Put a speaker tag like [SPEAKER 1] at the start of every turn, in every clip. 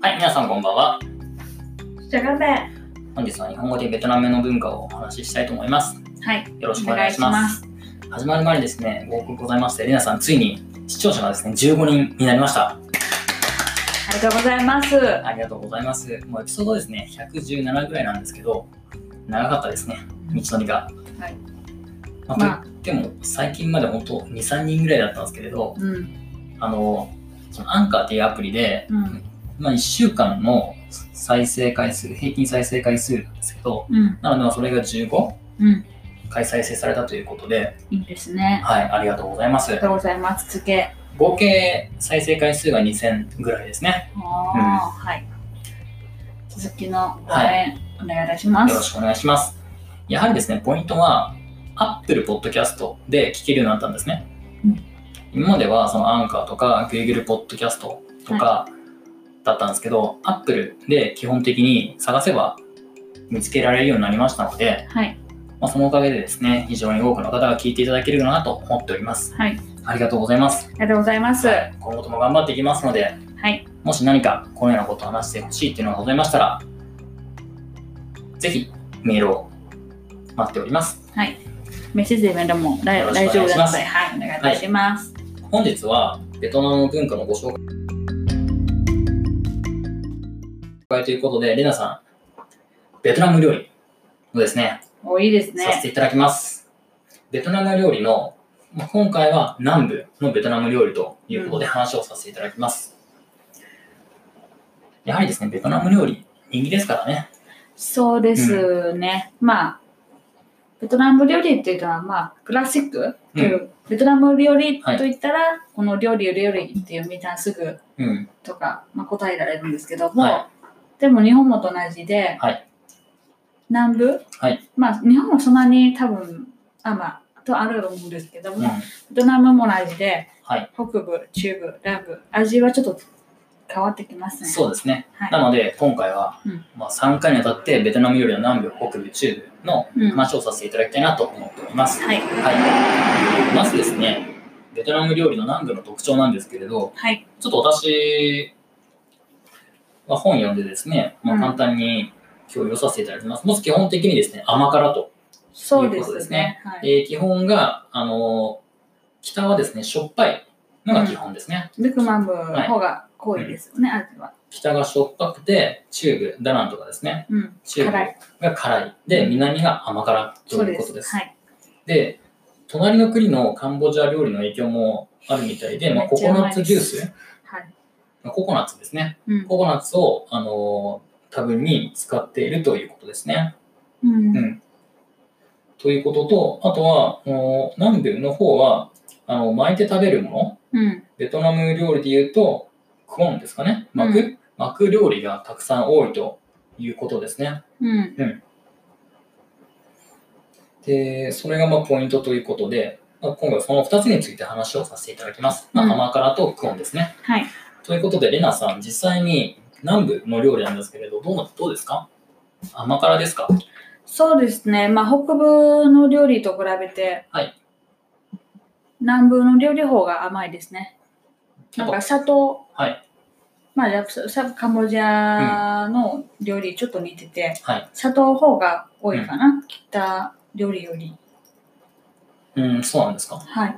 [SPEAKER 1] はい、皆さんこんばんは。
[SPEAKER 2] じゃがべ。は
[SPEAKER 1] 本日は日本語でベトナムの文化をお話ししたいと思います。
[SPEAKER 2] い。
[SPEAKER 1] よろしくお願いします。始まる前にですね、ご報告ございまして、レナさん、ついに視聴者がですね、15人になりました。
[SPEAKER 2] ありがとうございます。
[SPEAKER 1] ありがとうございます。もうエピソードですね、117ぐらいなんですけど、長かったですね、道のりが。
[SPEAKER 2] はい
[SPEAKER 1] まあ
[SPEAKER 2] まあ
[SPEAKER 1] といっても、最近まで本当、2、3人ぐらいだったんですけれど、
[SPEAKER 2] うん。
[SPEAKER 1] あの、そのアンカーっていうアプリで、
[SPEAKER 2] うん。
[SPEAKER 1] まあ、1週間の再生回数、平均再生回数なんですけど、
[SPEAKER 2] うん。
[SPEAKER 1] なのでまあ、それが15
[SPEAKER 2] うん。
[SPEAKER 1] 回再生されたということで、
[SPEAKER 2] いいですね。
[SPEAKER 1] はい、ありがとうございま
[SPEAKER 2] あり
[SPEAKER 1] す
[SPEAKER 2] が。とうございます。続け。
[SPEAKER 1] 合計再生回数が2000ぐらいですね。
[SPEAKER 2] ああ、はい。続きの応援、お願いいたしま
[SPEAKER 1] よろ
[SPEAKER 2] す。
[SPEAKER 1] しくお願いします。やはりですね、ポイントは、Apple Podcast で聞けるようになったんですね。
[SPEAKER 2] うん
[SPEAKER 1] 今までは、そのアンカーとか Google Podcast とかだったんですけど、Apple で基本的に探せば見つけられるようになりましたので、
[SPEAKER 2] はい。
[SPEAKER 1] まあ、そのおかげでですね、非常に多くの方が聞いていただけるかなと思っております。
[SPEAKER 2] はい。
[SPEAKER 1] ありがとうございます。
[SPEAKER 2] ありがとうございます。は
[SPEAKER 1] 今後とも頑張っていきますので、
[SPEAKER 2] い。
[SPEAKER 1] もし何かこのようなことを話してほしいっていうのがございましたら、ぜひメールを待っております。
[SPEAKER 2] はい。メッセージでメールも大
[SPEAKER 1] よろし
[SPEAKER 2] 大
[SPEAKER 1] く
[SPEAKER 2] 丈
[SPEAKER 1] お願い
[SPEAKER 2] 夫
[SPEAKER 1] し
[SPEAKER 2] な
[SPEAKER 1] ま
[SPEAKER 2] の
[SPEAKER 1] す
[SPEAKER 2] で、はい。お願いいたします。
[SPEAKER 1] 本日はベトナムの文化のご紹介ということで、レナさん、ベトナム料理をですね、
[SPEAKER 2] お、いいです
[SPEAKER 1] させ
[SPEAKER 2] ね。
[SPEAKER 1] ていただきます。ベトナム料理の、まあ今回は南部のベトナム料理ということで話をさせていただきます。やはりですね、ベトナム料理、人気ですからね。
[SPEAKER 2] そうですね。まあ、ベトナム料理っていうのは、まあ、クラシックという、ベトナム料理といったら、この料理、料理っていうみんなすぐ
[SPEAKER 1] うん。
[SPEAKER 2] とか、まあ、答えられるんですけども、
[SPEAKER 1] は
[SPEAKER 2] でも日本もと同じで、
[SPEAKER 1] はい
[SPEAKER 2] 南部、
[SPEAKER 1] はい
[SPEAKER 2] まあ日本もそんなに多分あまあとあると思うんですけど
[SPEAKER 1] うん。
[SPEAKER 2] も、ベトナムも同じで
[SPEAKER 1] はい。
[SPEAKER 2] 北部中部南部味はちょっと変わってきますね。
[SPEAKER 1] そうですね。
[SPEAKER 2] はい
[SPEAKER 1] なので、今回は、
[SPEAKER 2] うん
[SPEAKER 1] まあ、3回にわたってベトナム料理の南部、北部、中部の
[SPEAKER 2] うんはい
[SPEAKER 1] 話をさせていただきたいなと思っております。
[SPEAKER 2] はい
[SPEAKER 1] はい。まずですね、ベトナム料理の南部の特徴なんですけれど、
[SPEAKER 2] はい
[SPEAKER 1] ちょっと私は本読んでですね、ま
[SPEAKER 2] う
[SPEAKER 1] あ、
[SPEAKER 2] ん
[SPEAKER 1] 簡単に共有させていただきます。まず基本的にですね、甘辛と。
[SPEAKER 2] そうで
[SPEAKER 1] ということですすね
[SPEAKER 2] ね。はい、
[SPEAKER 1] えー基本が、あのー北はですね、しょっぱいのが基本ですね。
[SPEAKER 2] ルクマンブの方が濃いですよね、味は。
[SPEAKER 1] 北がしょっぱくて、中部、ダナンとかですね、
[SPEAKER 2] うん、
[SPEAKER 1] 中部
[SPEAKER 2] 辛い
[SPEAKER 1] が辛い。で、南が甘辛と
[SPEAKER 2] そ
[SPEAKER 1] い
[SPEAKER 2] う
[SPEAKER 1] う
[SPEAKER 2] で
[SPEAKER 1] こと
[SPEAKER 2] す。
[SPEAKER 1] です。
[SPEAKER 2] はい、
[SPEAKER 1] で、隣の国のカンボジア料理の影響もあるみたいで、まあ、
[SPEAKER 2] めっ
[SPEAKER 1] コ
[SPEAKER 2] ちゃ
[SPEAKER 1] コ
[SPEAKER 2] うま
[SPEAKER 1] ナ
[SPEAKER 2] い
[SPEAKER 1] ッツ
[SPEAKER 2] です
[SPEAKER 1] ジュース、
[SPEAKER 2] はい
[SPEAKER 1] まあココナッツですね。
[SPEAKER 2] うん
[SPEAKER 1] ココナッツを、あのー多分に使っているということですね。
[SPEAKER 2] うん
[SPEAKER 1] うんということと、あとは、あの南部の方は、あの巻いて食べるも
[SPEAKER 2] うん
[SPEAKER 1] の、ベトナム料理で言うと、クオンですかね。巻く、
[SPEAKER 2] う
[SPEAKER 1] 巻く料理がたくさん多いということですね。
[SPEAKER 2] うん
[SPEAKER 1] で、それがまあポイントということで、まあ、今回はその2つについて話をさせていただきます。まあ
[SPEAKER 2] うん
[SPEAKER 1] 甘辛とクオンですね。
[SPEAKER 2] はい
[SPEAKER 1] ということで、レナさん、実際に南部の料理なんですけれど、どうなどうですか甘辛ですか
[SPEAKER 2] そうですね、まあ、北部の料理と比べて、
[SPEAKER 1] はい
[SPEAKER 2] 南部の料理の方が甘いですね。なんか砂糖、
[SPEAKER 1] はい。
[SPEAKER 2] まあ、やっぱさカンボジアの料理ちょっと似てて、
[SPEAKER 1] はい。
[SPEAKER 2] 砂糖の方が多いかな、北料理より。
[SPEAKER 1] うん、そうなんですか。
[SPEAKER 2] はい。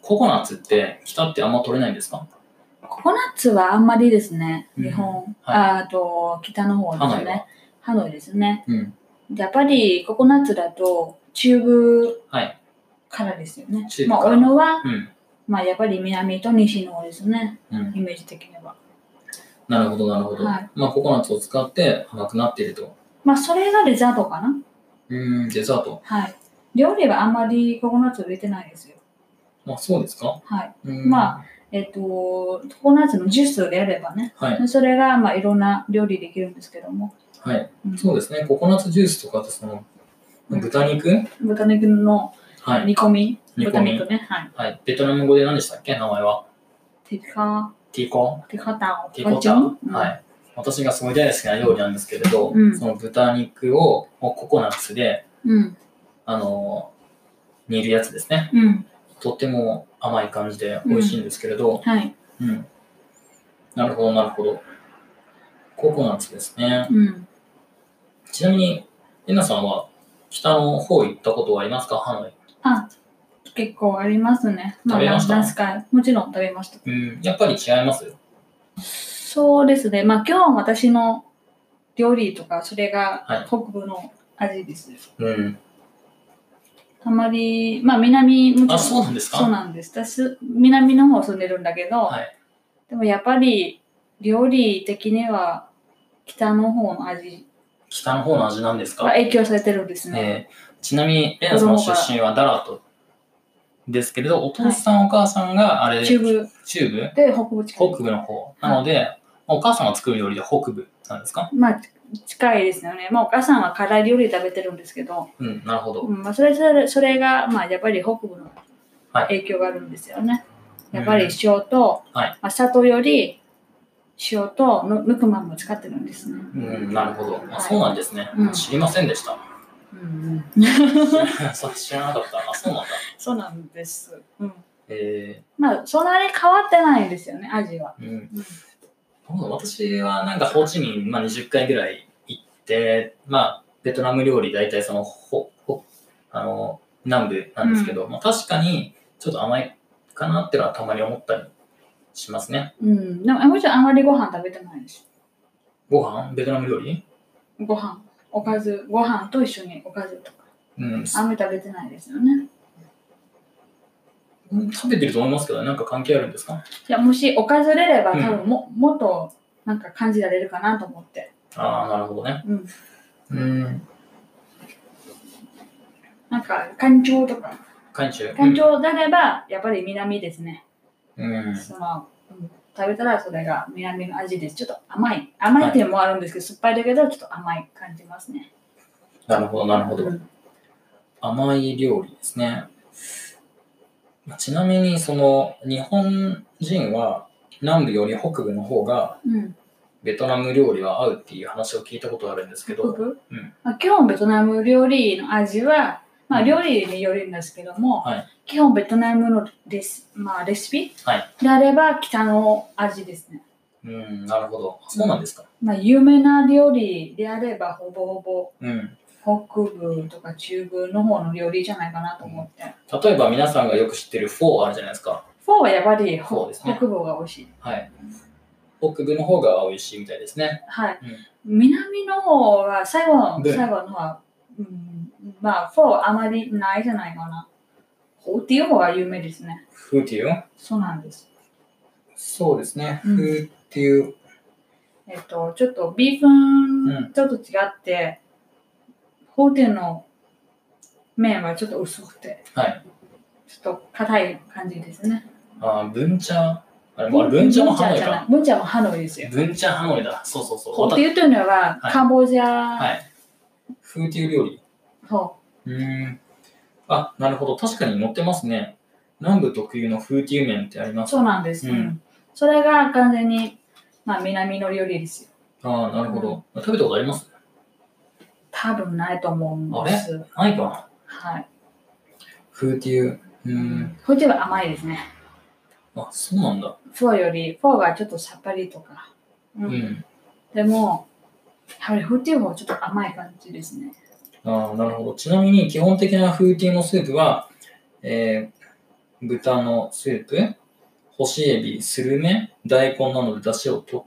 [SPEAKER 1] ココナッツって、北ってあんま取れないんですか
[SPEAKER 2] ココナッツはあんまりですね、
[SPEAKER 1] うん
[SPEAKER 2] 日本、
[SPEAKER 1] はい
[SPEAKER 2] ああと北の方ですね、ハノイですね。
[SPEAKER 1] うん。
[SPEAKER 2] やっぱりココナッツだと中部
[SPEAKER 1] はい。
[SPEAKER 2] からですよね。
[SPEAKER 1] 中部
[SPEAKER 2] まあ、
[SPEAKER 1] から
[SPEAKER 2] 多いのは
[SPEAKER 1] うん。
[SPEAKER 2] まあやっぱり南と西の方ですね、
[SPEAKER 1] うん
[SPEAKER 2] イメージ的には。
[SPEAKER 1] なるほど、なるほど。
[SPEAKER 2] はい
[SPEAKER 1] まあ、ココナッツを使って甘くなっていると。
[SPEAKER 2] まあそれがデザートかな。
[SPEAKER 1] うん、デザート。
[SPEAKER 2] はい。料理はあんまりココナッツ入れてないですよ。
[SPEAKER 1] まあ、そうですか
[SPEAKER 2] はい。
[SPEAKER 1] うん
[SPEAKER 2] まえっ、と、ココナッツのジュースであればね、
[SPEAKER 1] あ。はい。
[SPEAKER 2] それがまあいろんな料理できるんですけども、
[SPEAKER 1] はい。
[SPEAKER 2] うん
[SPEAKER 1] そうですね。ココナッツジュースとかって、その、
[SPEAKER 2] うん
[SPEAKER 1] 豚肉、
[SPEAKER 2] 豚肉の
[SPEAKER 1] はい。
[SPEAKER 2] 煮込み、
[SPEAKER 1] 煮込
[SPEAKER 2] 豚
[SPEAKER 1] み
[SPEAKER 2] 肉ね、はい。
[SPEAKER 1] はい。ベトナム語で何でしたっけ名前は。
[SPEAKER 2] ティカ、
[SPEAKER 1] ティコ
[SPEAKER 2] ティカタオ、
[SPEAKER 1] ティコチャン、
[SPEAKER 2] うん
[SPEAKER 1] はい。私がすごい大好きな料理なんですけれど、
[SPEAKER 2] うん
[SPEAKER 1] その豚肉をもうココナッツで、
[SPEAKER 2] うん。
[SPEAKER 1] あのー煮るやつですね。
[SPEAKER 2] うん。
[SPEAKER 1] とっても甘い感じで美味しいんですけれど、
[SPEAKER 2] はい。
[SPEAKER 1] うん。なるほど、なるほど。ココナッツですね。
[SPEAKER 2] うん。
[SPEAKER 1] ちなみに、えなさんは北の方行ったことはありますかハノイ。
[SPEAKER 2] あ、結構ありますね。
[SPEAKER 1] 食べました
[SPEAKER 2] あ、何回もちろん食べました。
[SPEAKER 1] うん、やっぱり違いますよ。
[SPEAKER 2] そうですね。まあ今日は私の料理とか、そ
[SPEAKER 1] は
[SPEAKER 2] れ
[SPEAKER 1] い
[SPEAKER 2] が北部の味です。
[SPEAKER 1] うん。
[SPEAKER 2] あまり、まあ南もちろん
[SPEAKER 1] あ、そうなんですか
[SPEAKER 2] そうなんです。私、南の方住んでるんだけど、
[SPEAKER 1] はい
[SPEAKER 2] でもやっぱり料理的には北の方の味
[SPEAKER 1] 北の方の味なんです
[SPEAKER 2] が
[SPEAKER 1] か、
[SPEAKER 2] 影響されてるんです
[SPEAKER 1] え
[SPEAKER 2] ね。
[SPEAKER 1] ーちなみに、レナさんの出身はダラトですけれど、お父さん、お母さんがあれ、
[SPEAKER 2] 中部
[SPEAKER 1] 中部
[SPEAKER 2] で北部近い。
[SPEAKER 1] 北部の方。なので、お母さんが作る料理で北部なんですか
[SPEAKER 2] まあ近いですよね。まあお母さんは辛い料理食べてるんですけど、
[SPEAKER 1] うん、なるほど。
[SPEAKER 2] うんまあ、それそれそれが、まあ、やっぱり北部の
[SPEAKER 1] はい
[SPEAKER 2] 影響があるんですよね。やっぱり塩と、
[SPEAKER 1] はい
[SPEAKER 2] まあ、砂糖より塩とぬぬくまんも使ってるんですね。
[SPEAKER 1] うん、なるほど。
[SPEAKER 2] は
[SPEAKER 1] あ
[SPEAKER 2] い
[SPEAKER 1] そうなんですね、
[SPEAKER 2] うん
[SPEAKER 1] 知りませんで した。
[SPEAKER 2] うん、
[SPEAKER 1] そう知らなかった。あ、そうなんだ。
[SPEAKER 2] そうなんです。うん
[SPEAKER 1] え
[SPEAKER 2] まあ、そんなに変わってないんですよね、味は。
[SPEAKER 1] ー、うん。
[SPEAKER 2] うん
[SPEAKER 1] どうだ私はなんかホーチミン、まあ、20回ぐらい行って、まあ、ベトナム料理大体そのほほあの南部なんですけど、まあ、確かにちょっと甘いかなってのはたまに思ったりしますね。
[SPEAKER 2] うん。でも、もちろんあまりご飯食べてないし。
[SPEAKER 1] ご飯ベトナム料理
[SPEAKER 2] ご飯、おかず、ご飯と一緒におかずとか。
[SPEAKER 1] うん、
[SPEAKER 2] あんまり食べてないですよね。
[SPEAKER 1] うん食べてると思いますけど、なんか関係あるんですか
[SPEAKER 2] いや、もしおかず入れれば、
[SPEAKER 1] うん
[SPEAKER 2] 多分も、もっと、なんか感じられるかなと思って。
[SPEAKER 1] ああ、なるほどね。
[SPEAKER 2] うん。
[SPEAKER 1] うん、
[SPEAKER 2] なんか、感情とか。
[SPEAKER 1] 海中。
[SPEAKER 2] 感情であれば、やっぱり南ですね。
[SPEAKER 1] うん。
[SPEAKER 2] その、うん食べたらそれが南の味です。ちょっと甘い。甘いっていうのもあるんですけど、酸っぱいだけど、ちょっと甘い感じますね。
[SPEAKER 1] なるほど、なるほど。
[SPEAKER 2] うん
[SPEAKER 1] 甘い料理ですね。まあちなみに、その、日本人は南部より北部の方が
[SPEAKER 2] うん。
[SPEAKER 1] ベトナム料理は合うっていう話を聞いたことあるんですけ
[SPEAKER 2] 北
[SPEAKER 1] ど、
[SPEAKER 2] 部、
[SPEAKER 1] うん
[SPEAKER 2] まあ、基本ベトナム料理の味は、まあ、
[SPEAKER 1] うん
[SPEAKER 2] 料理によるんですけども、
[SPEAKER 1] はい
[SPEAKER 2] 基本ベトナムのレス、まあ、レシピ
[SPEAKER 1] はい
[SPEAKER 2] であれば北の味ですね、
[SPEAKER 1] うん、なるほど。そうなんですか。
[SPEAKER 2] まあ、有名な料理であればほぼほ
[SPEAKER 1] うん。
[SPEAKER 2] ぼ北部とか中部の方の料理じゃないかなと思って、
[SPEAKER 1] 例えば皆さんがよく知ってるフォーあるじゃないですか。
[SPEAKER 2] フォーはやっぱり
[SPEAKER 1] そう
[SPEAKER 2] ほ
[SPEAKER 1] ですね
[SPEAKER 2] 北部が美味しい、
[SPEAKER 1] はい。北部の方が美味しいみたいですね。
[SPEAKER 2] はい南の方は最後の
[SPEAKER 1] で
[SPEAKER 2] 最後の方は、うん、まあフォーあまりないじゃないかなフォーっていう方が有名ですね
[SPEAKER 1] フーティー
[SPEAKER 2] そうなんです
[SPEAKER 1] そうですね。
[SPEAKER 2] うん
[SPEAKER 1] フーティー
[SPEAKER 2] えっと、ちょっとビーフ
[SPEAKER 1] うん
[SPEAKER 2] ンちょっと違って、ホテルの麺はちょっと薄くて、
[SPEAKER 1] はい。
[SPEAKER 2] ちょっと硬い感じですね。
[SPEAKER 1] あー、文茶。あれ、まあ文茶もハノイか。
[SPEAKER 2] ブンチャもハノイですよ。
[SPEAKER 1] 文茶ハノイだ。そうそうそう。
[SPEAKER 2] ホテルというのは、
[SPEAKER 1] はい
[SPEAKER 2] カンボジア
[SPEAKER 1] はい。フーティー料理。
[SPEAKER 2] の
[SPEAKER 1] うーん。あ、なるほど。確かに載ってますね。南部特有の風ー麺ってあります。
[SPEAKER 2] そうなんです、
[SPEAKER 1] うん
[SPEAKER 2] うんそれが完全に、まあ、南の料理ですよ。
[SPEAKER 1] ああ、なるほど。食べたことあります
[SPEAKER 2] 多分ないと思うんです。
[SPEAKER 1] ないかな。
[SPEAKER 2] はい。
[SPEAKER 1] 風ーうーん。
[SPEAKER 2] ホテルは甘いですね。
[SPEAKER 1] あ、そうなんだ。
[SPEAKER 2] フォーより、フォーがちょっとさっぱりとか。う
[SPEAKER 1] うんん。
[SPEAKER 2] でも、やはりフーティーもちょっと甘い感じですね。
[SPEAKER 1] ああ、なるほど。ちなみに基本的な風ーのスープは、えー、豚のスープ、干しエビ、スルメ、大根などで出汁を取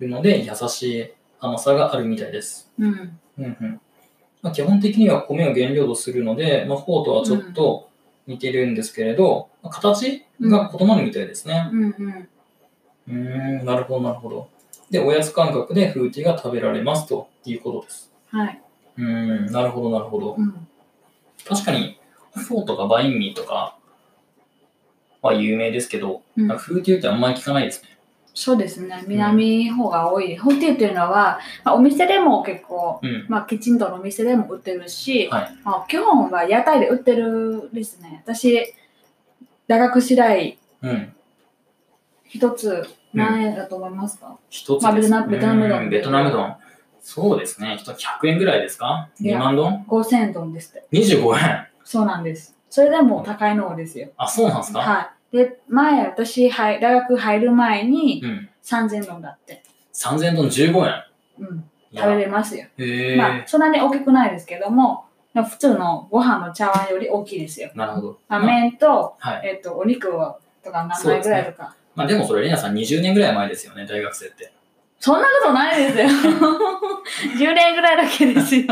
[SPEAKER 1] るので、優しい甘さがあるみたいです。
[SPEAKER 2] うん。
[SPEAKER 1] うんうんまあ、基本的には米を原料とするので、まあ、フォーとはちょっと似てるんですけれど、まあ形が異なるみたいですね。
[SPEAKER 2] うんうん。
[SPEAKER 1] うーん、なるほど、なるほど。で、おやつ感覚でフーティーが食べられますということです。
[SPEAKER 2] はい。
[SPEAKER 1] うーん、なるほど、なるほど。
[SPEAKER 2] うん。
[SPEAKER 1] 確かに、フォーとかバインミーとかは有名ですけど、
[SPEAKER 2] うん
[SPEAKER 1] なんかフーティーってあんまり聞かないですね。
[SPEAKER 2] そうですね。南の方が多い。ホテルというのは、まあ、お店でも結構、
[SPEAKER 1] うん。
[SPEAKER 2] まあ、きちんとのお店でも売ってるし、
[SPEAKER 1] はい
[SPEAKER 2] まあ、基本は屋台で売ってるですね。私、大学時代、
[SPEAKER 1] うん。
[SPEAKER 2] 一つ何円だと思いますか、
[SPEAKER 1] 一つ
[SPEAKER 2] まあ
[SPEAKER 1] です。
[SPEAKER 2] ベトナベトナム丼
[SPEAKER 1] うんベトナム丼。そうですね。一つ100円ぐらいですか
[SPEAKER 2] いや
[SPEAKER 1] ?2 万丼
[SPEAKER 2] ?5000 円丼ですって。
[SPEAKER 1] ?25 円。
[SPEAKER 2] そうなんです。それでも高いのですよ。
[SPEAKER 1] あ、そうなんですか、
[SPEAKER 2] はい。で、前、私、はい、大学入る前に
[SPEAKER 1] うん。
[SPEAKER 2] 3000円丼だって。
[SPEAKER 1] 3000トン15円。
[SPEAKER 2] うん、
[SPEAKER 1] いや
[SPEAKER 2] 食べれますよ。
[SPEAKER 1] へえ、
[SPEAKER 2] まあ、そんなに大きくないですけども、普通のご飯の茶碗より大きいですよ。
[SPEAKER 1] なるほど。
[SPEAKER 2] まあ、
[SPEAKER 1] まあ
[SPEAKER 2] 麺と、
[SPEAKER 1] はい。
[SPEAKER 2] えっ、と、お肉をとか何
[SPEAKER 1] そう
[SPEAKER 2] 枚
[SPEAKER 1] で
[SPEAKER 2] ぐ
[SPEAKER 1] すね
[SPEAKER 2] らいとか。
[SPEAKER 1] まあでもそれ、レイナさん20年ぐらい前ですよね、大学生って。
[SPEAKER 2] そんなことないですよ。10年ぐらいだけですよ。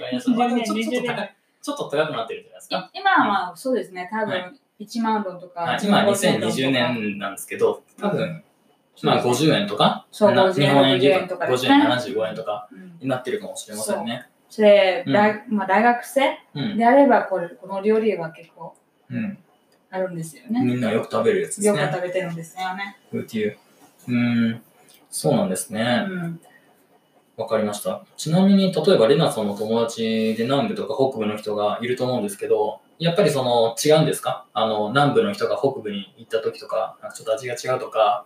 [SPEAKER 1] レイナさんまあでもちょ
[SPEAKER 2] 20
[SPEAKER 1] ちょっ
[SPEAKER 2] 年
[SPEAKER 1] と高いちょっと高くなってるじゃないですか。
[SPEAKER 2] 今はまあそうですね、多分1万ドルとか。
[SPEAKER 1] はい、今
[SPEAKER 2] 15,000ドルとか
[SPEAKER 1] 2020。年なんですけど、多分、まあ50円とか、
[SPEAKER 2] そう
[SPEAKER 1] な
[SPEAKER 2] 50
[SPEAKER 1] 日本円で言うと
[SPEAKER 2] 60円とかです
[SPEAKER 1] 50
[SPEAKER 2] ね
[SPEAKER 1] 円、75円とか
[SPEAKER 2] うん
[SPEAKER 1] になってるかもしれませんね。
[SPEAKER 2] それ、
[SPEAKER 1] うん
[SPEAKER 2] 大まあ、大学生
[SPEAKER 1] うん。
[SPEAKER 2] であればこれ、この料理は結構
[SPEAKER 1] うん。
[SPEAKER 2] あるんですよね。
[SPEAKER 1] みんなよく食べるやつです
[SPEAKER 2] よく
[SPEAKER 1] ね。
[SPEAKER 2] 食べてるんですよね。
[SPEAKER 1] っていう。うーん。そうなんです
[SPEAKER 2] う
[SPEAKER 1] ね。
[SPEAKER 2] ん。
[SPEAKER 1] わかりました。ちなみに、例えば、レナさんの友達で南部とか北部の人がいると思うんですけど、やっぱりその、違うんですかあの、南部の人が北部に行った時とか、なんかちょっと味が違うとか、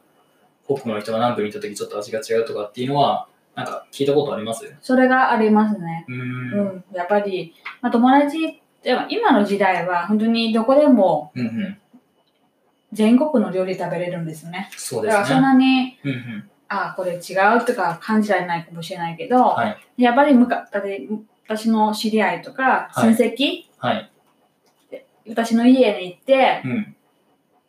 [SPEAKER 1] 北部の人が南部に行った時ちょっと味が違うとかっていうのは、なんか聞いたことありますう
[SPEAKER 2] それがありますね。
[SPEAKER 1] ー。
[SPEAKER 2] うん
[SPEAKER 1] うん
[SPEAKER 2] ん。やっぱり、まあ、友達では今の時代は本当にどこでも
[SPEAKER 1] うん。
[SPEAKER 2] 全国の料理食べれるんですよね。
[SPEAKER 1] そう
[SPEAKER 2] だ
[SPEAKER 1] で
[SPEAKER 2] から
[SPEAKER 1] す
[SPEAKER 2] そん
[SPEAKER 1] ね。
[SPEAKER 2] なに、
[SPEAKER 1] うんうん。
[SPEAKER 2] あこれ違うとか感じられないかもしれないけど、
[SPEAKER 1] は
[SPEAKER 2] やっぱりむかだって私の知り合いとか
[SPEAKER 1] は
[SPEAKER 2] 親
[SPEAKER 1] い
[SPEAKER 2] 戚、
[SPEAKER 1] はい。
[SPEAKER 2] 私の家に行って
[SPEAKER 1] うん。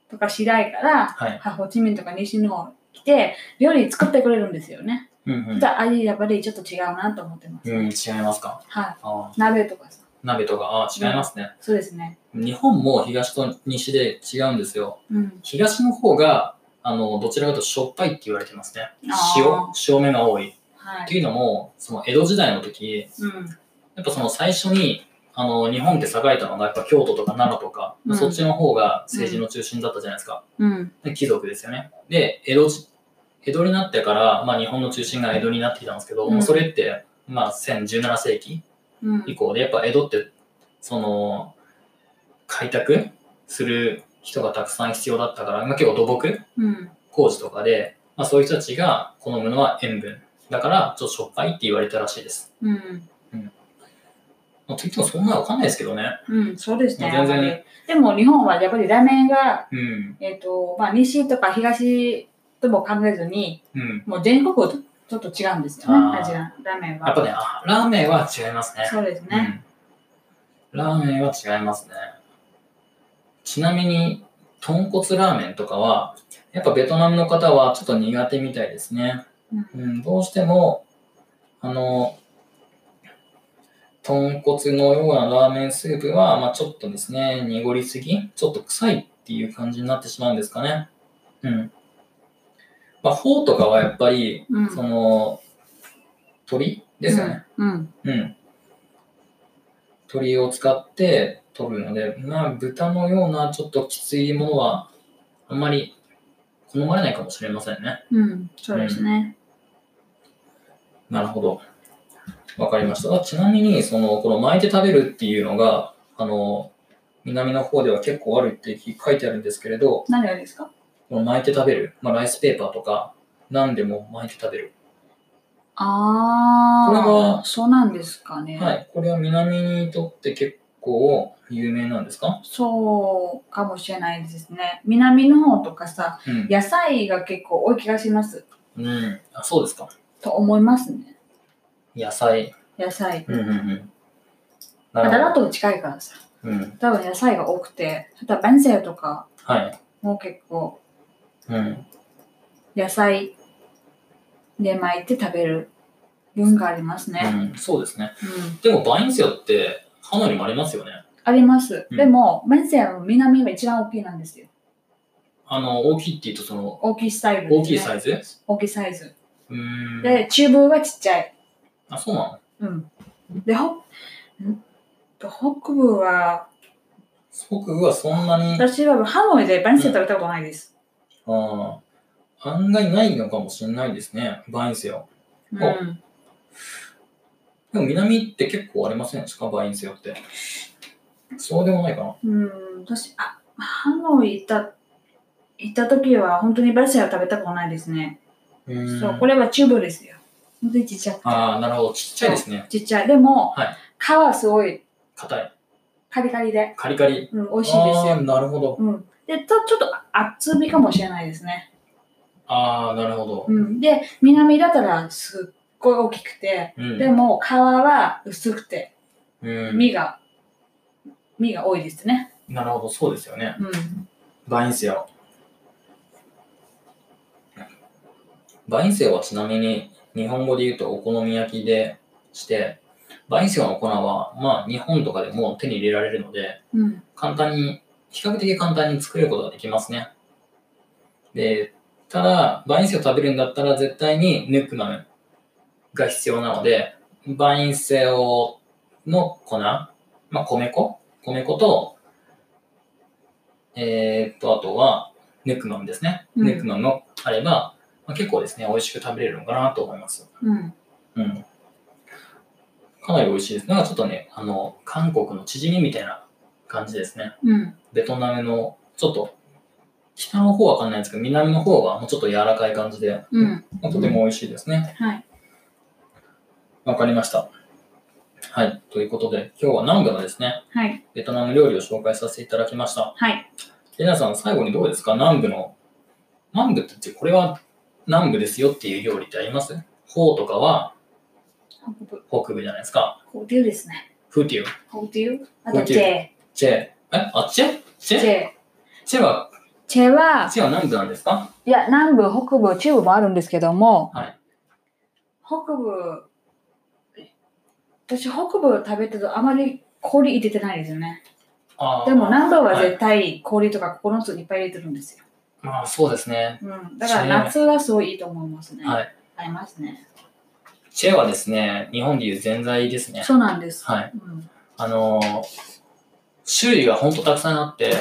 [SPEAKER 2] とかしないから、
[SPEAKER 1] はい。
[SPEAKER 2] はホーチミンとか西の方来て料理作ってくれるんですよね。
[SPEAKER 1] うんう
[SPEAKER 2] た
[SPEAKER 1] ん。
[SPEAKER 2] だ味やっぱりちょっと違うなと思ってます。
[SPEAKER 1] うん、違いますか
[SPEAKER 2] はい。
[SPEAKER 1] あー
[SPEAKER 2] 鍋とかさ。
[SPEAKER 1] 鍋とか、あー違いますね。
[SPEAKER 2] そうですね。
[SPEAKER 1] 日本も東と西で違うんですよ。
[SPEAKER 2] うん。
[SPEAKER 1] 東の方があのどちらかというとしょっぱいって言われてますね
[SPEAKER 2] あ
[SPEAKER 1] 塩
[SPEAKER 2] ー
[SPEAKER 1] 塩目が多い
[SPEAKER 2] は
[SPEAKER 1] っ
[SPEAKER 2] い。
[SPEAKER 1] ていうのもその江戸時代の時
[SPEAKER 2] うん。
[SPEAKER 1] やっぱその最初にあの日本って栄えたのがやっぱ京都とか奈良とか、
[SPEAKER 2] うん
[SPEAKER 1] そっちの方が政治の中心だったじゃないですか、
[SPEAKER 2] うん。
[SPEAKER 1] で貴族ですよねで江戸じ江戸になってから、まあ、日本の中心が江戸になってきたんですけど、
[SPEAKER 2] うん
[SPEAKER 1] もうそれって、まあ、1017世紀
[SPEAKER 2] うん。
[SPEAKER 1] 以降でやっぱ江戸ってその開拓する人がたくさん必要だったから、まあ、結構土木
[SPEAKER 2] うん。
[SPEAKER 1] 工事とかで、まあ、そういう人たちが好むのは塩分だからちょっとしょっぱいって言われたらしいです、
[SPEAKER 2] うん。
[SPEAKER 1] まあ、といってもそんなのわかんないですけどね
[SPEAKER 2] うん。そうですね。
[SPEAKER 1] 全然
[SPEAKER 2] やっぱりでも日本はやっぱりラーメンが、
[SPEAKER 1] うん
[SPEAKER 2] えっ、と、まあ西とか東とも考えずに、
[SPEAKER 1] うん
[SPEAKER 2] もう全国とちょっと違うんですよ
[SPEAKER 1] あ
[SPEAKER 2] ね。
[SPEAKER 1] ー
[SPEAKER 2] 味が、ラーメン
[SPEAKER 1] やっぱ
[SPEAKER 2] は。
[SPEAKER 1] ねあラーメンは違いますね
[SPEAKER 2] そうですね。
[SPEAKER 1] うん、ラーメンは違いますねちなみに豚骨ラーメンとかはやっぱベトナムの方はちょっと苦手みたいですね、
[SPEAKER 2] うん
[SPEAKER 1] うん、どうしてもあの豚骨のようなラーメンスープは、まあ、ちょっとですね濁りすぎちょっと臭いっていう感じになってしまうんですかねうんまあフォーとかはやっぱり、
[SPEAKER 2] うん
[SPEAKER 1] その鳥ですよね、
[SPEAKER 2] うん。
[SPEAKER 1] うん。鶏を使って取るので、まあ、豚のようなちょっときついものは、あんまり好まれないかもしれませんね。
[SPEAKER 2] うん。そうですね。
[SPEAKER 1] なるほど。わかりました。あちなみに、その、この巻いて食べるっていうのが、あの、南の方では結構あるって書いてあるんですけれど、
[SPEAKER 2] 何がですか
[SPEAKER 1] この巻いて食べる、まあ、ライスペーパーとか、何でも巻いて食べる。
[SPEAKER 2] ああ。
[SPEAKER 1] これは
[SPEAKER 2] そうなんですかね。
[SPEAKER 1] はい。これは南にとって結構有名なんですか
[SPEAKER 2] そうかもしれないですね。南の方とかさ、
[SPEAKER 1] うん。
[SPEAKER 2] 野菜が結構多い気がします。
[SPEAKER 1] うん。あそうですか。
[SPEAKER 2] と思いますね。
[SPEAKER 1] 野菜。
[SPEAKER 2] 野菜。
[SPEAKER 1] うんうんうん。な
[SPEAKER 2] だ
[SPEAKER 1] る
[SPEAKER 2] らと近いからさ。
[SPEAKER 1] ほど。うん。
[SPEAKER 2] 多分野菜が多くて、あとは弁性とか
[SPEAKER 1] はい。
[SPEAKER 2] も結構
[SPEAKER 1] うん。
[SPEAKER 2] 野菜で巻いて食べる文がありますね。
[SPEAKER 1] うん、そうですね。
[SPEAKER 2] うん。
[SPEAKER 1] でも、バインセオって、ハノイにもありますよね。
[SPEAKER 2] あります。
[SPEAKER 1] うん
[SPEAKER 2] でも、弁性は南が一番大きいなんですよ。
[SPEAKER 1] あの、大きいっていうと、その、
[SPEAKER 2] 大きいサイズ、
[SPEAKER 1] 大きいサ
[SPEAKER 2] ズ。
[SPEAKER 1] イズ
[SPEAKER 2] 大きいサイズ。
[SPEAKER 1] うーん。
[SPEAKER 2] で、中部はちっちゃい。
[SPEAKER 1] あ、そうなの
[SPEAKER 2] うん。で、ほ、んと北部は、
[SPEAKER 1] 僕はそんなに、
[SPEAKER 2] 私はハノイでバンセ食べたことないです。
[SPEAKER 1] あー案外ないのかもしれないですね。バインセオ。
[SPEAKER 2] うん。
[SPEAKER 1] ほでも、南って結構ありませんでしたかバインセオって。そうでもないかな。
[SPEAKER 2] うん、私、あ、ハノイ行った、行った時は本当にバンセは食べたことないですね。
[SPEAKER 1] うーん
[SPEAKER 2] そう、これは中部ですよ。本当にちっちゃくて。
[SPEAKER 1] ああ、なるほど。ちっちゃいですね。
[SPEAKER 2] ちっちゃい。でも、
[SPEAKER 1] はい
[SPEAKER 2] 皮はすごい
[SPEAKER 1] 硬い。
[SPEAKER 2] カリカリで、
[SPEAKER 1] カリカリ。
[SPEAKER 2] うん、美味しいです
[SPEAKER 1] あ
[SPEAKER 2] よ。
[SPEAKER 1] ーなるほど。
[SPEAKER 2] うん。で、とちょっと厚みかもしれないですね。
[SPEAKER 1] ああ、なるほど。
[SPEAKER 2] うん、で、南だったらすっごい大きくて、
[SPEAKER 1] うん。
[SPEAKER 2] でも皮は薄くて、
[SPEAKER 1] うん、
[SPEAKER 2] 身が、身が多いですね。
[SPEAKER 1] なるほど、そうですよね。
[SPEAKER 2] うん。
[SPEAKER 1] バインセオ。バインセオはちなみに日本語で言うとお好み焼きでして、バインセオの粉は、まあ、日本とかでも手に入れられるので、
[SPEAKER 2] うん。
[SPEAKER 1] 簡単に、比較的簡単に作ることができますね。で、ただ、バインセオを食べるんだったら絶対にヌックマムが必要なので、バインセオの粉、まあ、米粉米粉と、えーっと、あとは、ヌックマムですね。
[SPEAKER 2] うん
[SPEAKER 1] ヌックマムもあれば、まあ、結構ですね、美味しく食べれるのかなと思います。
[SPEAKER 2] うん。
[SPEAKER 1] うん。かなり美味しいです。なんかちょっとね、あの、韓国のチヂミみたいな感じですね。
[SPEAKER 2] うん。
[SPEAKER 1] ベトナムの、ちょっと、北の方はわかんないんですけど、南の方はもうちょっと柔らかい感じで、
[SPEAKER 2] うん。
[SPEAKER 1] まあとても美味しいですね。
[SPEAKER 2] はい。
[SPEAKER 1] わかりました。はい。ということで、今日は南部のですね、
[SPEAKER 2] はい。
[SPEAKER 1] ベトナム料理を紹介させていただきました。
[SPEAKER 2] はい。
[SPEAKER 1] レナさん、最後にどうですか南部の、南部って言って、これは南部ですよっていう料理ってありますフォーとかは
[SPEAKER 2] ここ
[SPEAKER 1] 北部じゃないですか。
[SPEAKER 2] こういうですね。
[SPEAKER 1] フーティウ、
[SPEAKER 2] こういう。あ
[SPEAKER 1] ことういう
[SPEAKER 2] J。
[SPEAKER 1] チェ、え、あ、チェチェ
[SPEAKER 2] J。
[SPEAKER 1] チェは、
[SPEAKER 2] チェは、
[SPEAKER 1] チェは南部なんですか
[SPEAKER 2] いや、南部、北部、中部もあるんですけども、
[SPEAKER 1] はい
[SPEAKER 2] 北部、私、北部食べてるとあまり氷入れてないですよね。
[SPEAKER 1] あー
[SPEAKER 2] でも、南部は絶対氷とかココナッツいっぱい入れてるんですよ。
[SPEAKER 1] まあ、そうですね。
[SPEAKER 2] うん、だから、夏はすごいいいと思いますね。
[SPEAKER 1] はい。
[SPEAKER 2] 合いますね。
[SPEAKER 1] チェはですね、日本でいう全材ですね。
[SPEAKER 2] そうなんです。
[SPEAKER 1] はい。
[SPEAKER 2] うん
[SPEAKER 1] あのー種類がほんとたくさんあって、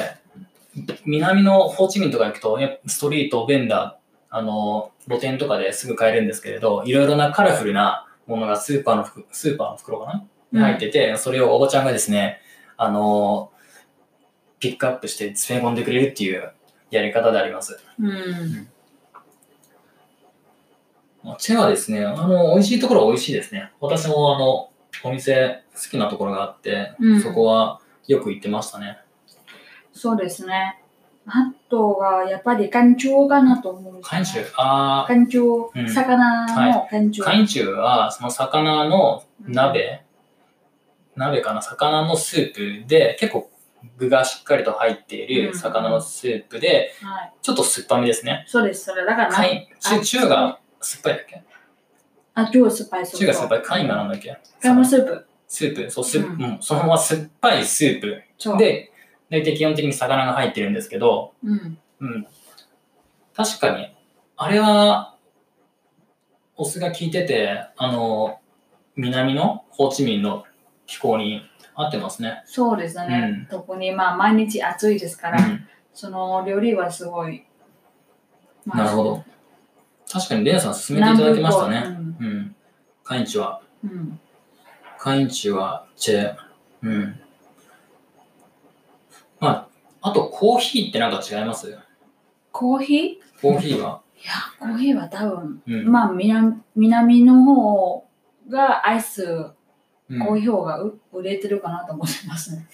[SPEAKER 1] 南のホーチミンとか行くと、ね、ストリート、ベンダー、あのー露店とかですぐ買えるんですけれど、いろいろなカラフルなものがスーパーの袋、スーパーの袋かなに入っ。てて、それをおばちゃんがですね、あのーピックアップして詰め込んでくれるっていうやり方であります。
[SPEAKER 2] うん。
[SPEAKER 1] チェはですね、あの、美味しいところは美味しいですね。私もあの、お店好きなところがあって、
[SPEAKER 2] うん
[SPEAKER 1] そこはよく行ってましたね。
[SPEAKER 2] そうですね。あとは、やっぱり、干潮かなと思うんですよ
[SPEAKER 1] カイ
[SPEAKER 2] ね
[SPEAKER 1] ンチュウ、あ
[SPEAKER 2] 干潮
[SPEAKER 1] う、ん
[SPEAKER 2] 魚の干
[SPEAKER 1] ー、
[SPEAKER 2] 潮。
[SPEAKER 1] カインチュウはその魚の
[SPEAKER 2] うん
[SPEAKER 1] 鍋、鍋かな、魚のスープで、結構具がしっかりと入っている
[SPEAKER 2] うん
[SPEAKER 1] 魚のスープで、
[SPEAKER 2] はい。
[SPEAKER 1] ちょっと酸っぱみですね。
[SPEAKER 2] そうです。それ、だから、
[SPEAKER 1] カイン、チュウ、
[SPEAKER 2] あ
[SPEAKER 1] チュウが酸っぱいだっけ
[SPEAKER 2] あ、超酸っぱい
[SPEAKER 1] チュウが酸っぱい、カインがなんだっけ
[SPEAKER 2] ガムスープ。
[SPEAKER 1] スープ、そう、スープ、
[SPEAKER 2] うん
[SPEAKER 1] うん、そのまま酸っぱいスープ。
[SPEAKER 2] そう。
[SPEAKER 1] で、大体基本的に魚が入ってるんですけど、
[SPEAKER 2] うん。
[SPEAKER 1] うん。確かに、あれは、お酢が効いてて、あの、南のホーチミンの気候に合ってますね。
[SPEAKER 2] そうです
[SPEAKER 1] うん
[SPEAKER 2] ね。特に、まあ、毎日暑いですか
[SPEAKER 1] う
[SPEAKER 2] ら、
[SPEAKER 1] ん
[SPEAKER 2] その料理はすごい。まあ
[SPEAKER 1] なるほど。。確かに、レナさん勧めていただきましたね。うん。カインチは、
[SPEAKER 2] 南部語。うん。
[SPEAKER 1] カインチは、チェ、うん。まあ、あと、コーヒーってなんか違います
[SPEAKER 2] コーヒーい
[SPEAKER 1] コーヒーは。
[SPEAKER 2] や、コーヒーは多分、
[SPEAKER 1] うん。
[SPEAKER 2] まあ、南南の方がアイス、
[SPEAKER 1] うん
[SPEAKER 2] コーヒーがう売れてるかなと思ってますね。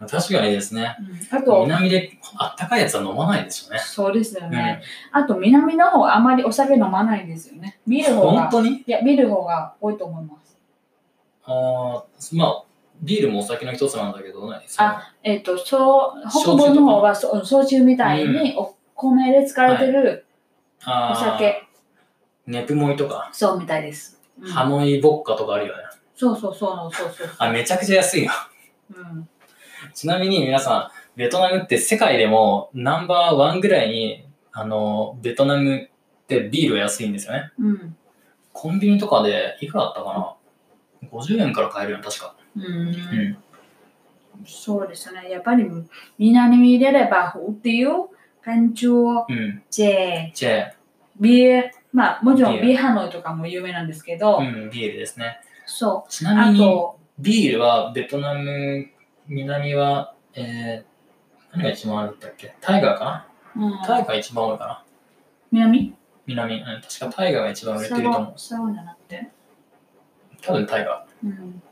[SPEAKER 1] 確かにですね。
[SPEAKER 2] あと、
[SPEAKER 1] 南であったかいやつは飲まないですよね。
[SPEAKER 2] そうですよね。あと、南の方あまりお酒飲まないんですよね。見
[SPEAKER 1] うん、
[SPEAKER 2] る方
[SPEAKER 1] 本
[SPEAKER 2] が、
[SPEAKER 1] 当に
[SPEAKER 2] いや、見る方が多いと思います。
[SPEAKER 1] あーまあ、ビールもお酒の一つなんだけどね。
[SPEAKER 2] あえっ、と、そう、北
[SPEAKER 1] 焼酎
[SPEAKER 2] 部
[SPEAKER 1] と
[SPEAKER 2] の
[SPEAKER 1] か
[SPEAKER 2] 方は、そう焼酎みたいにお米で使われてる
[SPEAKER 1] その
[SPEAKER 2] お酒、。
[SPEAKER 1] あーネプモイとか、
[SPEAKER 2] そうみたいです。うん
[SPEAKER 1] ハノイボッカとかあるよね。
[SPEAKER 2] そうそうそうそうそう。
[SPEAKER 1] あ、めちゃくちゃ安いよ。
[SPEAKER 2] うん、
[SPEAKER 1] ちなみに皆さん、ベトナムって世界でもナンバーワンぐらいに、あの、ベトナムってビールは安いんですよね。
[SPEAKER 2] うん、
[SPEAKER 1] コンビニとかでいくらだったかな ?50 円から買えるよね、確か。
[SPEAKER 2] うん
[SPEAKER 1] うん。
[SPEAKER 2] そうですね。やっぱり南に出れば、ホテル、感情、
[SPEAKER 1] うん。
[SPEAKER 2] ジェ
[SPEAKER 1] じゃあ、
[SPEAKER 2] ビール、まあもちろん
[SPEAKER 1] ビ
[SPEAKER 2] ビーハノイとかも有名なんですけど、
[SPEAKER 1] うん、ビールですね。
[SPEAKER 2] そ
[SPEAKER 1] ち
[SPEAKER 2] う。
[SPEAKER 1] な
[SPEAKER 2] あ
[SPEAKER 1] みに、
[SPEAKER 2] と、
[SPEAKER 1] ビールはベトナム、南は、えー、何が一番あるんだっけタイガーかな、
[SPEAKER 2] うん、
[SPEAKER 1] タイガー一番多いかな
[SPEAKER 2] 南
[SPEAKER 1] 南、うん、確かタイガーが一番売れて
[SPEAKER 2] サ
[SPEAKER 1] ると
[SPEAKER 2] ロ
[SPEAKER 1] 思
[SPEAKER 2] ン、サロンじゃなくて。
[SPEAKER 1] う。多分タイガ
[SPEAKER 2] うん。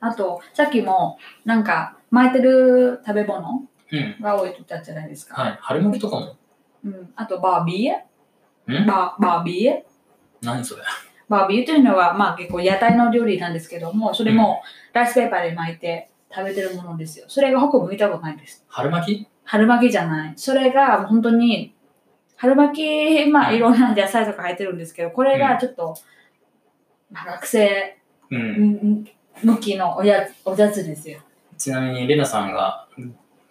[SPEAKER 2] あと、さっきも、なんか、巻いてる食べ物
[SPEAKER 1] ー。うん。
[SPEAKER 2] が多いって言ったじゃないですか。
[SPEAKER 1] はい。春巻きとかも
[SPEAKER 2] うん、あとバービエ
[SPEAKER 1] ん
[SPEAKER 2] バーバービエ
[SPEAKER 1] 何それ
[SPEAKER 2] バービエというのは、まあ、結構屋台の料理なんですけどもそれもライスペーパーで巻いて食べてるものですよそれが北部見たことないです
[SPEAKER 1] 春巻き
[SPEAKER 2] 春巻きじゃないそれが本当に春巻きまあ
[SPEAKER 1] うん
[SPEAKER 2] いろんな野菜とか入ってるんですけどこれがちょっと、まあ学生
[SPEAKER 1] う。
[SPEAKER 2] うんん向きのおやつおやつですよ
[SPEAKER 1] ちなみに、レナさんが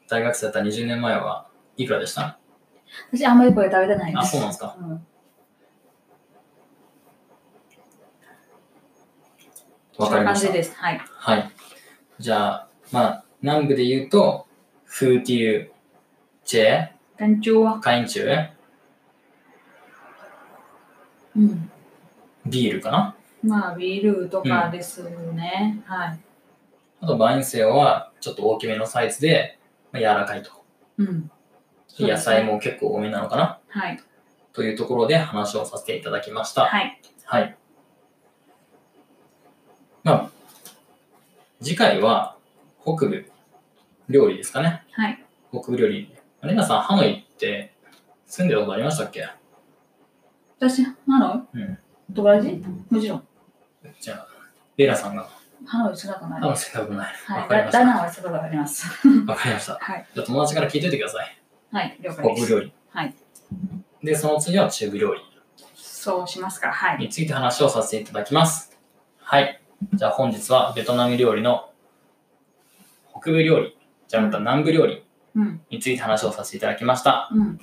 [SPEAKER 1] 大学生だった20年前はいくらでした
[SPEAKER 2] 私あんまりこれ食べてないです
[SPEAKER 1] あ、そうなんですか。
[SPEAKER 2] うん
[SPEAKER 1] わかりまし
[SPEAKER 2] そんな感じ
[SPEAKER 1] た。
[SPEAKER 2] です。はい。
[SPEAKER 1] はい。じゃあ、まあ、南部で言うと、風っていう、チェ、
[SPEAKER 2] 団長は、
[SPEAKER 1] カインチュー、
[SPEAKER 2] うん。
[SPEAKER 1] ビールかな。
[SPEAKER 2] まあ、ビールとかですね。はい。
[SPEAKER 1] あと、バインセオは、ちょっと大きめのサイズで、まあ、柔らかいと。
[SPEAKER 2] うん。そうで
[SPEAKER 1] 野
[SPEAKER 2] すね
[SPEAKER 1] 菜も結構多めなのかな。
[SPEAKER 2] はい。
[SPEAKER 1] というところで話をさせていただきました。
[SPEAKER 2] はい。
[SPEAKER 1] はい。まあ、次回は、北部、料理ですかね。
[SPEAKER 2] はい。
[SPEAKER 1] 北部料理。レナさん、ハノイって住んでることありましたっけ
[SPEAKER 2] 私、なの
[SPEAKER 1] うん。
[SPEAKER 2] 友達もちろん。
[SPEAKER 1] じゃあ、レナさんが
[SPEAKER 2] ハノイ少なくない。
[SPEAKER 1] 多分選択ない。わ、
[SPEAKER 2] はい。
[SPEAKER 1] かり
[SPEAKER 2] だ
[SPEAKER 1] ました。
[SPEAKER 2] ダ
[SPEAKER 1] わ
[SPEAKER 2] ナはしたことがあります。
[SPEAKER 1] かりました。
[SPEAKER 2] はい。
[SPEAKER 1] じゃあ友達から聞いといてください。
[SPEAKER 2] はい。了解
[SPEAKER 1] 北
[SPEAKER 2] で
[SPEAKER 1] 部
[SPEAKER 2] す。
[SPEAKER 1] 料理。
[SPEAKER 2] はい。
[SPEAKER 1] で、その次は中部料理
[SPEAKER 2] そうしますか。はい。
[SPEAKER 1] について話をさせていただきます。はい。じゃあ本日はベトナム料理の北部料理、じゃなくて南部料理
[SPEAKER 2] うん。
[SPEAKER 1] について話をさせていただきました。
[SPEAKER 2] うん。